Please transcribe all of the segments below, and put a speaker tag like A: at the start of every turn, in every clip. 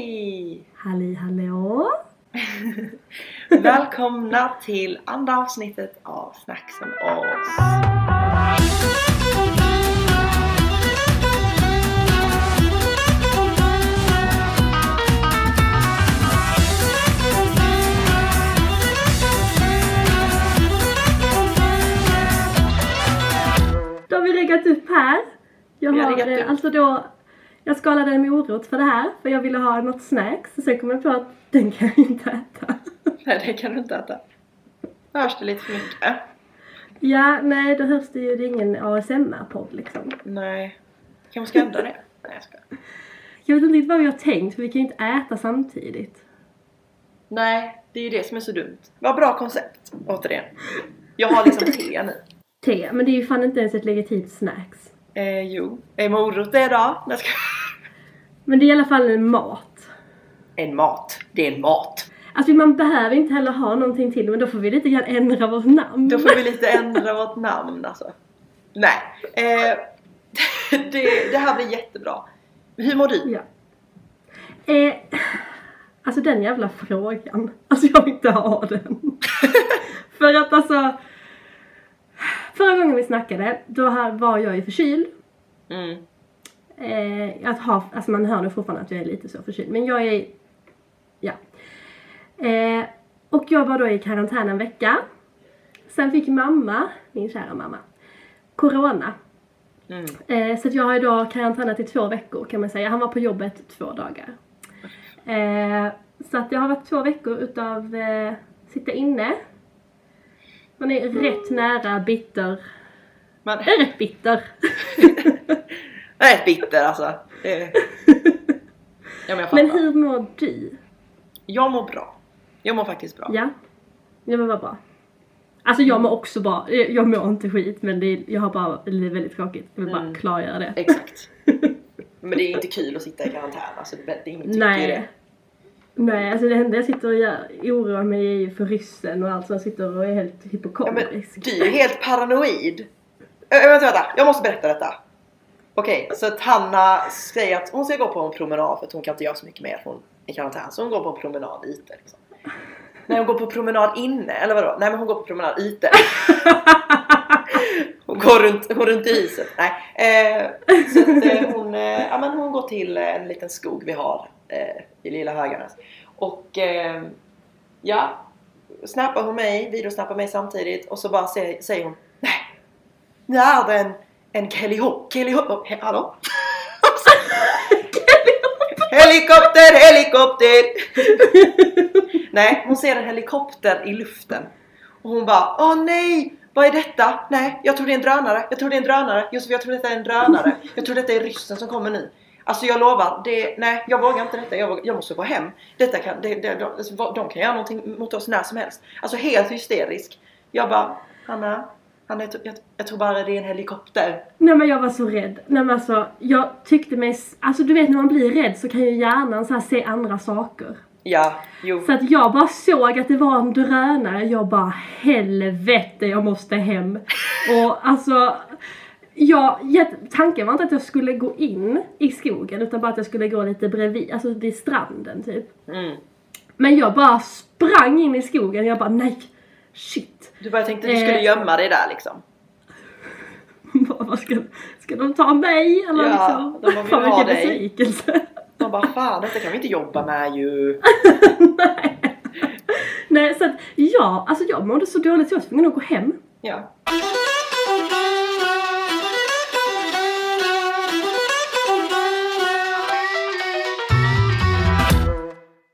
A: Hej!
B: Halli hallå!
A: Välkomna till andra avsnittet av Snack som oss.
B: Då har vi läggat upp här. Jag
A: Vi har
B: har,
A: riggat
B: eh,
A: upp.
B: alltså då, jag skalade en morot för det här för jag ville ha något snacks och sen kom jag på att den kan jag inte äta.
A: Nej, det kan du inte äta. Hörs det lite för mycket?
B: Ja, nej då hörs det ju, det är ingen ASMR-podd liksom.
A: Nej. Kanske ska ändra det? Nej, jag skojar.
B: Jag vet inte riktigt vad vi har tänkt för vi kan ju inte äta samtidigt.
A: Nej, det är ju det som är så dumt. Vad bra koncept, återigen. Jag har liksom te nu.
B: Te, men det är ju fan inte ens ett legitimt snacks.
A: Eh, jo. Är morot det idag? Nej, jag skojar.
B: Men det är i alla fall en mat.
A: En mat. Det är en mat.
B: Alltså man behöver inte heller ha någonting till men då får vi lite grann ändra vårt namn.
A: Då får vi lite ändra vårt namn alltså. Nej. Eh, det, det här blir jättebra. Hur mår du?
B: Ja. Eh, alltså den jävla frågan. Alltså jag vill inte ha den. för att alltså. Förra gången vi snackade, då här var jag ju förkyld.
A: Mm.
B: Eh, att ha, alltså man hör nog fortfarande att jag är lite så förkyld. Men jag är, ja. Eh, och jag var då i karantän en vecka. Sen fick mamma, min kära mamma, corona.
A: Mm.
B: Eh, så att jag har idag karantänat i två veckor kan man säga. Han var på jobbet två dagar. Eh, så att jag har varit två veckor utav eh, sitta inne. Man är rätt nära bitter.
A: Man
B: Jag är rätt bitter.
A: jag är rätt bitter alltså. Det- Ja, men jag fattar.
B: Men hur mår du?
A: Jag mår bra. Jag mår faktiskt bra.
B: Ja. Ja men vad bra. Alltså jag mår också bra. Eh, Jag mår inte skit men det är, jag har bara det är väldigt tråkigt. Jag vill bara
A: Mm.
B: klargöra det.
A: Exakt. Men det är inte kul att sitta i karantän. Alltså, det är inget
B: Nej.
A: Det.
B: Nej, alltså det enda jag sitter och gör, oroar mig är ju för ryssen och allt så jag sitter och är helt
A: Ja, men,
B: hypokondrisk.
A: du är ju helt paranoid. Ö, vänta, vänta. Jag måste berätta detta. Okej, så att Hanna säger att hon ska gå på en promenad för att hon kan inte göra så mycket mer för hon är i karantän. Så hon går på en promenad ute. Liksom. Nej, hon går på promenad inne. Eller vadå? Nej, men hon går på promenad ute. Hon går runt, går runt i huset. Nej. Eh, så att, eh, hon, eh, ja, men hon går till eh, en liten skog vi har eh, i Lilla Höganäs. Och eh, ja, snappar hon mig, videosnappar mig samtidigt och så bara säger, säger hon Nej! Nu är det en, en kelihop, kelihop, he, hallå? helikopter, helikopter! nej, hon ser en helikopter i luften. Och hon bara Åh nej! Vad är detta? Nej, jag tror det är en drönare. Jag tror det är en drönare. Josef, jag tror detta är en drönare. Jag tror detta är ryssen som kommer nu. Alltså jag lovar, det, nej jag vågar inte detta. Jag, vågar, jag måste gå hem. Detta kan, det, det, de, alltså, vad- de kan göra någonting mot oss när som helst. Alltså helt hysterisk. Jag bara, Hanna, Hanna jag, tror- jag, jag tror bara det är en helikopter.
B: Nej men jag var så rädd. Nej men alltså, jag tyckte mig... s- Alltså du vet när man blir rädd så kan ju hjärnan så här se andra saker.
A: Ja, jo.
B: Så att jag bara såg att det var en drönare, jag bara helvete jag måste hem. Och alltså, jag, jag- tanken var inte att jag skulle gå in i skogen utan bara att jag skulle gå lite bredvid, alltså vid stranden typ.
A: Mm.
B: Men jag bara sprang in i skogen, jag bara nej, shit.
A: Du bara tänkte att du skulle
B: Eh.
A: gömma dig där liksom.
B: Vad vad ska, ska de ta mig? Eller
A: Ja,
B: liksom,
A: de bara vill
B: fan
A: ha
B: vilken
A: dig.
B: besvikelse.
A: Man bara fan detta kan vi inte jobba med ju.
B: Nej, så att ja, alltså jag mådde så dåligt så jag var tvungen att gå hem.
A: Ja.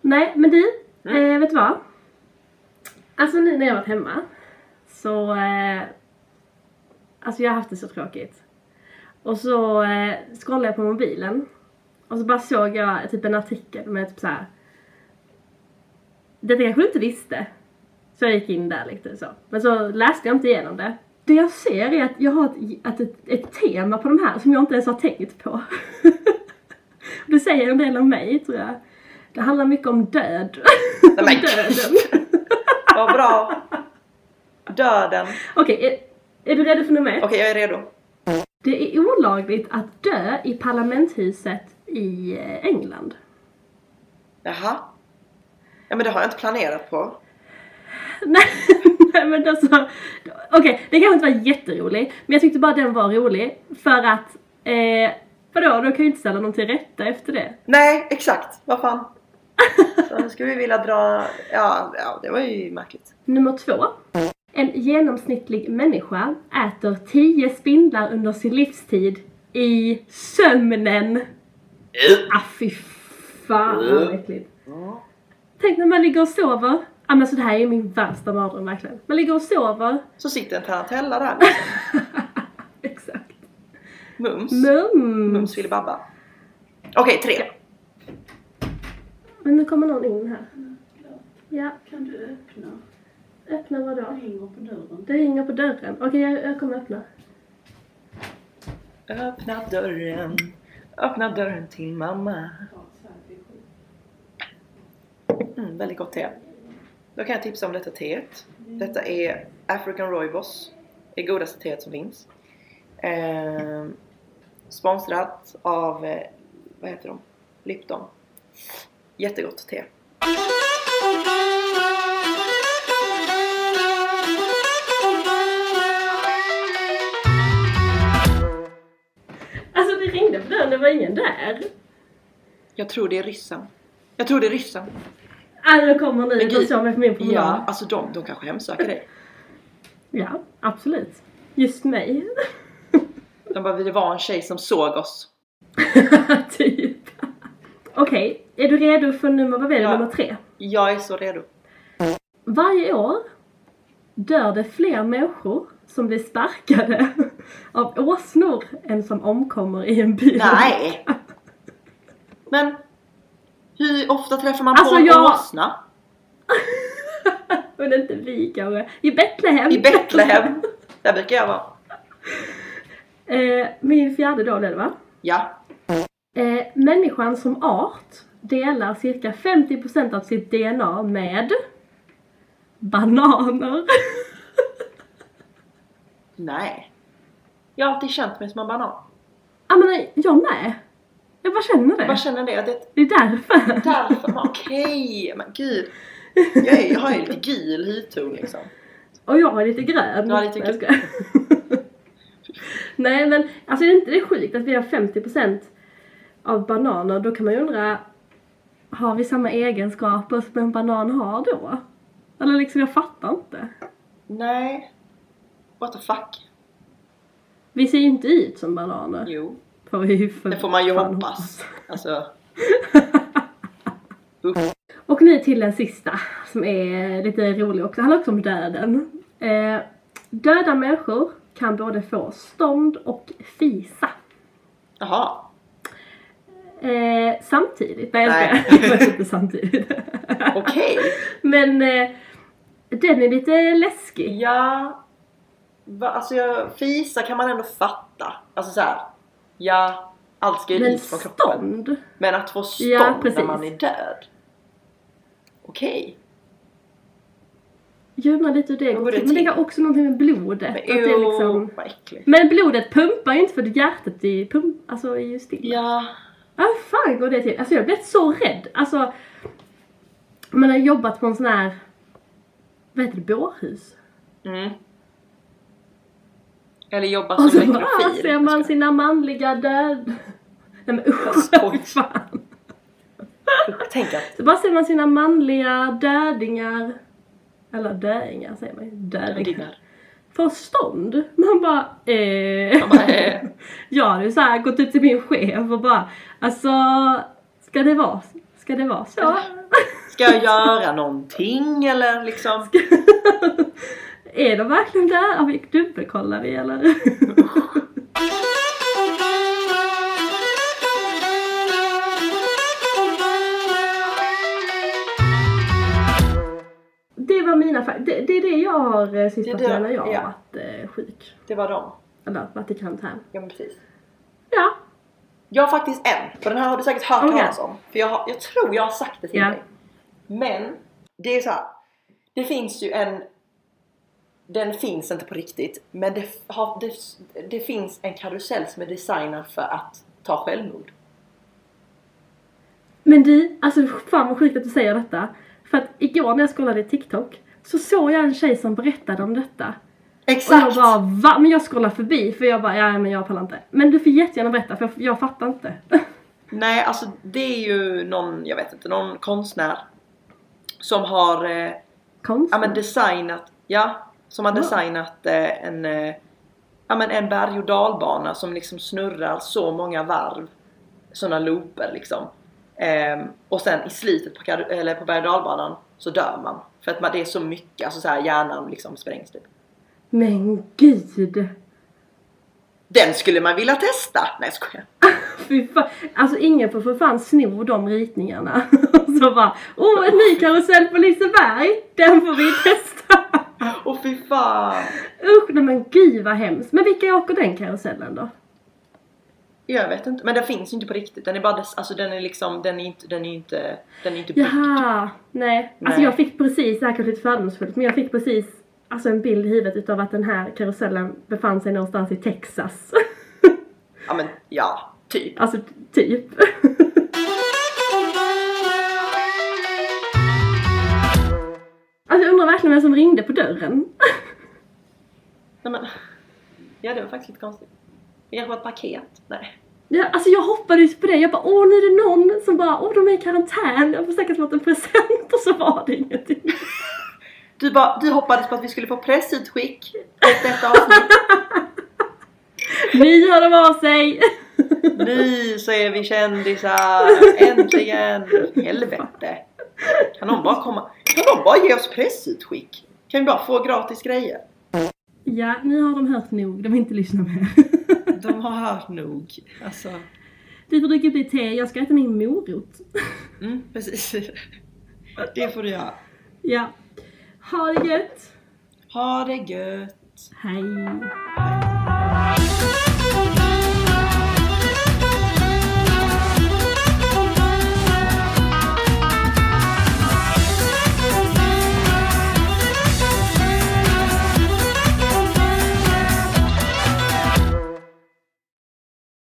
B: Nej, men du,
A: Mm.
B: eh, vet du vad? Alltså nu när jag varit hemma så, eh, alltså jag har haft det så tråkigt. Och så eh, scrollade jag på mobilen och så bara såg jag typ en artikel med typ såhär, detta kanske du inte visste. Så jag gick in där lite så. Men så läste jag inte igenom det. Det jag ser är att jag har ett, att ett, ett tema på de här som jag inte ens har tänkt på. det säger en del om mig tror jag. Det handlar mycket om död.
A: Nej, men-
B: Döden.
A: Vad bra. Döden.
B: Okej, är, är du redo för nummer ett?
A: Okej jag är redo.
B: Det är olagligt att dö i parlamentshuset i eh, England.
A: Jaha. Ja men det har jag inte planerat på.
B: Nej, nej men alltså. Okej, det kanske inte var jätterolig. Men jag tyckte bara den var rolig. För att, eh, vadå, då kan ju inte ställa någon till rätta efter det.
A: Nej, exakt. Vad fan. Så nu skulle vi vilja dra... Ja, ja, det var ju märkligt.
B: Nummer två. En genomsnittlig människa äter 10 spindlar under sin livstid i sömnen. Ah fy fan vad äckligt.
A: Ja.
B: Tänk när man ligger och sover. Ja men så det här är ju min värsta mardröm verkligen. Man ligger och sover.
A: Så sitter en tarantella där.
B: Exakt.
A: Mums.
B: Mums.
A: Mums filibabba. Okej, tre.
B: Men nu kommer någon in här.
C: Ja.
B: Ja,
C: Kan du öppna?
B: öppna vadå?
C: Det ringer på dörren.
B: Det ringer på dörren. Okej jag, jag kommer öppna.
A: Öppna dörren. Öppna dörren till mamma.
C: Ja, så här, det är sjukt.
A: Mm, väldigt gott te. Då kan jag tipsa om detta teet. Detta är African Rooibos. Det godaste teet som finns. Eh, sponsrat av, eh, vad heter de? Lipton. Jättegott te.
B: Alltså det ringde på dörren, det var ingen där.
A: Jag tror det är ryssen. Jag tror det är ryssen.
B: Ah nu kommer
A: Men
B: ni
A: gud.
B: och slår mig på min promenad.
A: Ja, alltså de, de kanske hemsöker dig.
B: ja, absolut. Just mig.
A: De bara, det var en tjej som såg oss.
B: typ. Okej, är du redo för nummer, vad är det,
A: Ja.
B: nummer tre?
A: Jag är så redo.
B: Varje år dör det fler människor som blir sparkade av åsnor än som omkommer i en bil.
A: Nej! Men, hur ofta träffar man
B: Alltså,
A: på en
B: jag-
A: åsna?
B: Men det är inte vi kanske. I Betlehem.
A: I Betlehem. Där brukar jag vara.
B: Eh, min fjärde då blev det va?
A: Ja.
B: Eh, människan som art delar cirka 50% av sitt DNA med bananer.
A: Nej. Jag har alltid känt mig som en banan.
B: Ja men nej, jag med. Jag bara känner det.
A: Jag bara känner det. att Det
B: Det är därför.
A: är därför man... Okej, men gud. Jag, är, jag har ju lite gul hudton liksom.
B: Och jag är lite grön.
A: Du har lite
B: Nej, jag skojar. Nej men alltså är det inte det sjukt att vi har 50% av bananer? Då kan man ju undra, har vi samma egenskaper som en banan har då? Eller liksom jag fattar inte.
A: Nej. What the fuck?
B: Vi ser ju inte ut som bananer.
A: Jo.
B: Får vi ju för
A: Det får man ju
B: fan
A: hoppas. Alltså,
B: Och nu till den sista som är lite rolig också. Det handlar också om döden. Eh, döda människor kan både få stånd och fisa.
A: jaha.
B: Eh, samtidigt. Nej,
A: Nej.
B: jag skojar. Det var inte samtidigt.
A: Okej.
B: Men eh, den är lite läskig.
A: Ja. Va, alltså jag, fisa kan man ändå fatta. Alltså så här. Ja, allt ska ju
B: Men
A: ut från kroppen.
B: stånd.
A: Men att få stånd
B: Ja,
A: när
B: precis.
A: man är död. Okej.
B: Jag undrar lite hur det
A: Vad
B: går
A: går det
B: till. Men det
A: till?
B: har också någonting med blodet. att
A: Men
B: det är
A: eww,
B: liksom...
A: vad äckligt.
B: Men blodet pumpar ju inte för hjärtat i pump... alltså, är ju still.
A: Ja.
B: Ja, hur fan går det till? Alltså jag blev så rädd. Alltså, man har jobbat på en sån här, vad heter det, bårhus?
A: Mm. Eller jobba
B: Och
A: som
B: så bara "Ah,
A: nekrofil.
B: ser man sina manliga död... Nej men usch,
A: Jag skojar.
B: fy fan.
A: Usch, Tänk att
B: Så bara ser man sina manliga dödingar, eller döingar säger man ju, dödingar.
A: diggar.
B: Få stånd. Man bara, eh.
A: Man bara, eh.
B: Jag hade ju såhär gått ut till min chef och bara, alltså, ska det vara, ska det vara så?
A: Ska jag göra någonting eller liksom?
B: Är de verkligen där? Ja, vi dubbelkollar vi eller? det var mina fa- det, det är det jag har eh, sysslat
A: Det är det,
B: med när jag har
A: ja.
B: varit eh, sjuk.
A: Det var dem.
B: Eller varit i karantän.
A: Ja men precis.
B: Ja.
A: Jag har faktiskt en. Och den här har du säkert hört
B: Okej.
A: talas om. För jag, har, jag tror jag har sagt det till
B: Ja.
A: dig. Men det är så här. Det finns ju en... Den finns inte på riktigt. Men det, har, det, det finns en karusell som är designad för att ta självmord.
B: Men du, alltså fan vad sjukt att du säger detta. För att igår när jag scrollade TikTok så såg jag en tjej som berättade om detta.
A: Exakt!
B: Och jag bara va? Men jag scrollade förbi för jag bara ja men jag pallar inte. Men du får jättegärna berätta för jag, jag fattar inte.
A: Nej, alltså det är ju någon, jag vet inte, någon konstnär som har eh,
B: Konstigt.
A: ja, men designat, ja, som har
B: Ja.
A: designat eh, en, eh, ja, men en berg och dalbana som liksom snurrar så många varv, sådana looper liksom. Ehm, och sen i slutet på, kar- eller på berg och dalbanan så dör man. För att man, det är så mycket, alltså så här, hjärnan liksom sprängs typ.
B: men gud!
A: Den skulle man vilja testa! Nej jag skojar.
B: Fy fan. Alltså ingen får för fan sno de ritningarna. så bara, åh en ny karusell på Liseberg! Den får vi testa!
A: Åh fy fan!
B: Usch, nej men gud vad hemskt. Men vilka åker den karusellen då?
A: Jag vet inte, men den finns ju inte på riktigt. Den är bara, dess, alltså den är liksom, den är inte, den är inte, den är inte byggd.
B: Jaha, nej. Alltså
A: Nej.
B: jag fick precis, det här kanske är lite fördomsfullt, men jag fick precis alltså en bild i huvudet utav att den här karusellen befann sig någonstans i Texas.
A: Ja men, ja, typ.
B: alltså typ. Alltså jag undrar verkligen vem som ringde på dörren.
A: Nej men. Ja det var faktiskt lite konstigt. Det kanske var ett paket? Nej.
B: Ja, alltså jag hoppades på det, jag bara åh nu är det någon som bara åh de är i karantän, jag får säkert fått en present och så var det ingenting.
A: Du, bara, du hoppades på att vi skulle få pressutskick efter detta avsnitt.
B: Nu hör de av sig!
A: Nu så är vi kändisar! Äntligen! Helvete! Kan någon bara komma? Kan någon bara ge oss pressutskick? Kan vi bara få gratis grejer?
B: Ja, nu har de hört nog, de vill inte lyssna mer.
A: De har hört nog. Alltså.
B: Du får dricka upp ditt te, jag ska äta min morot.
A: Mm, precis. Det får du göra.
B: Ja. Ha det gött!
A: Ha det gött!
B: Hej!
A: Hej.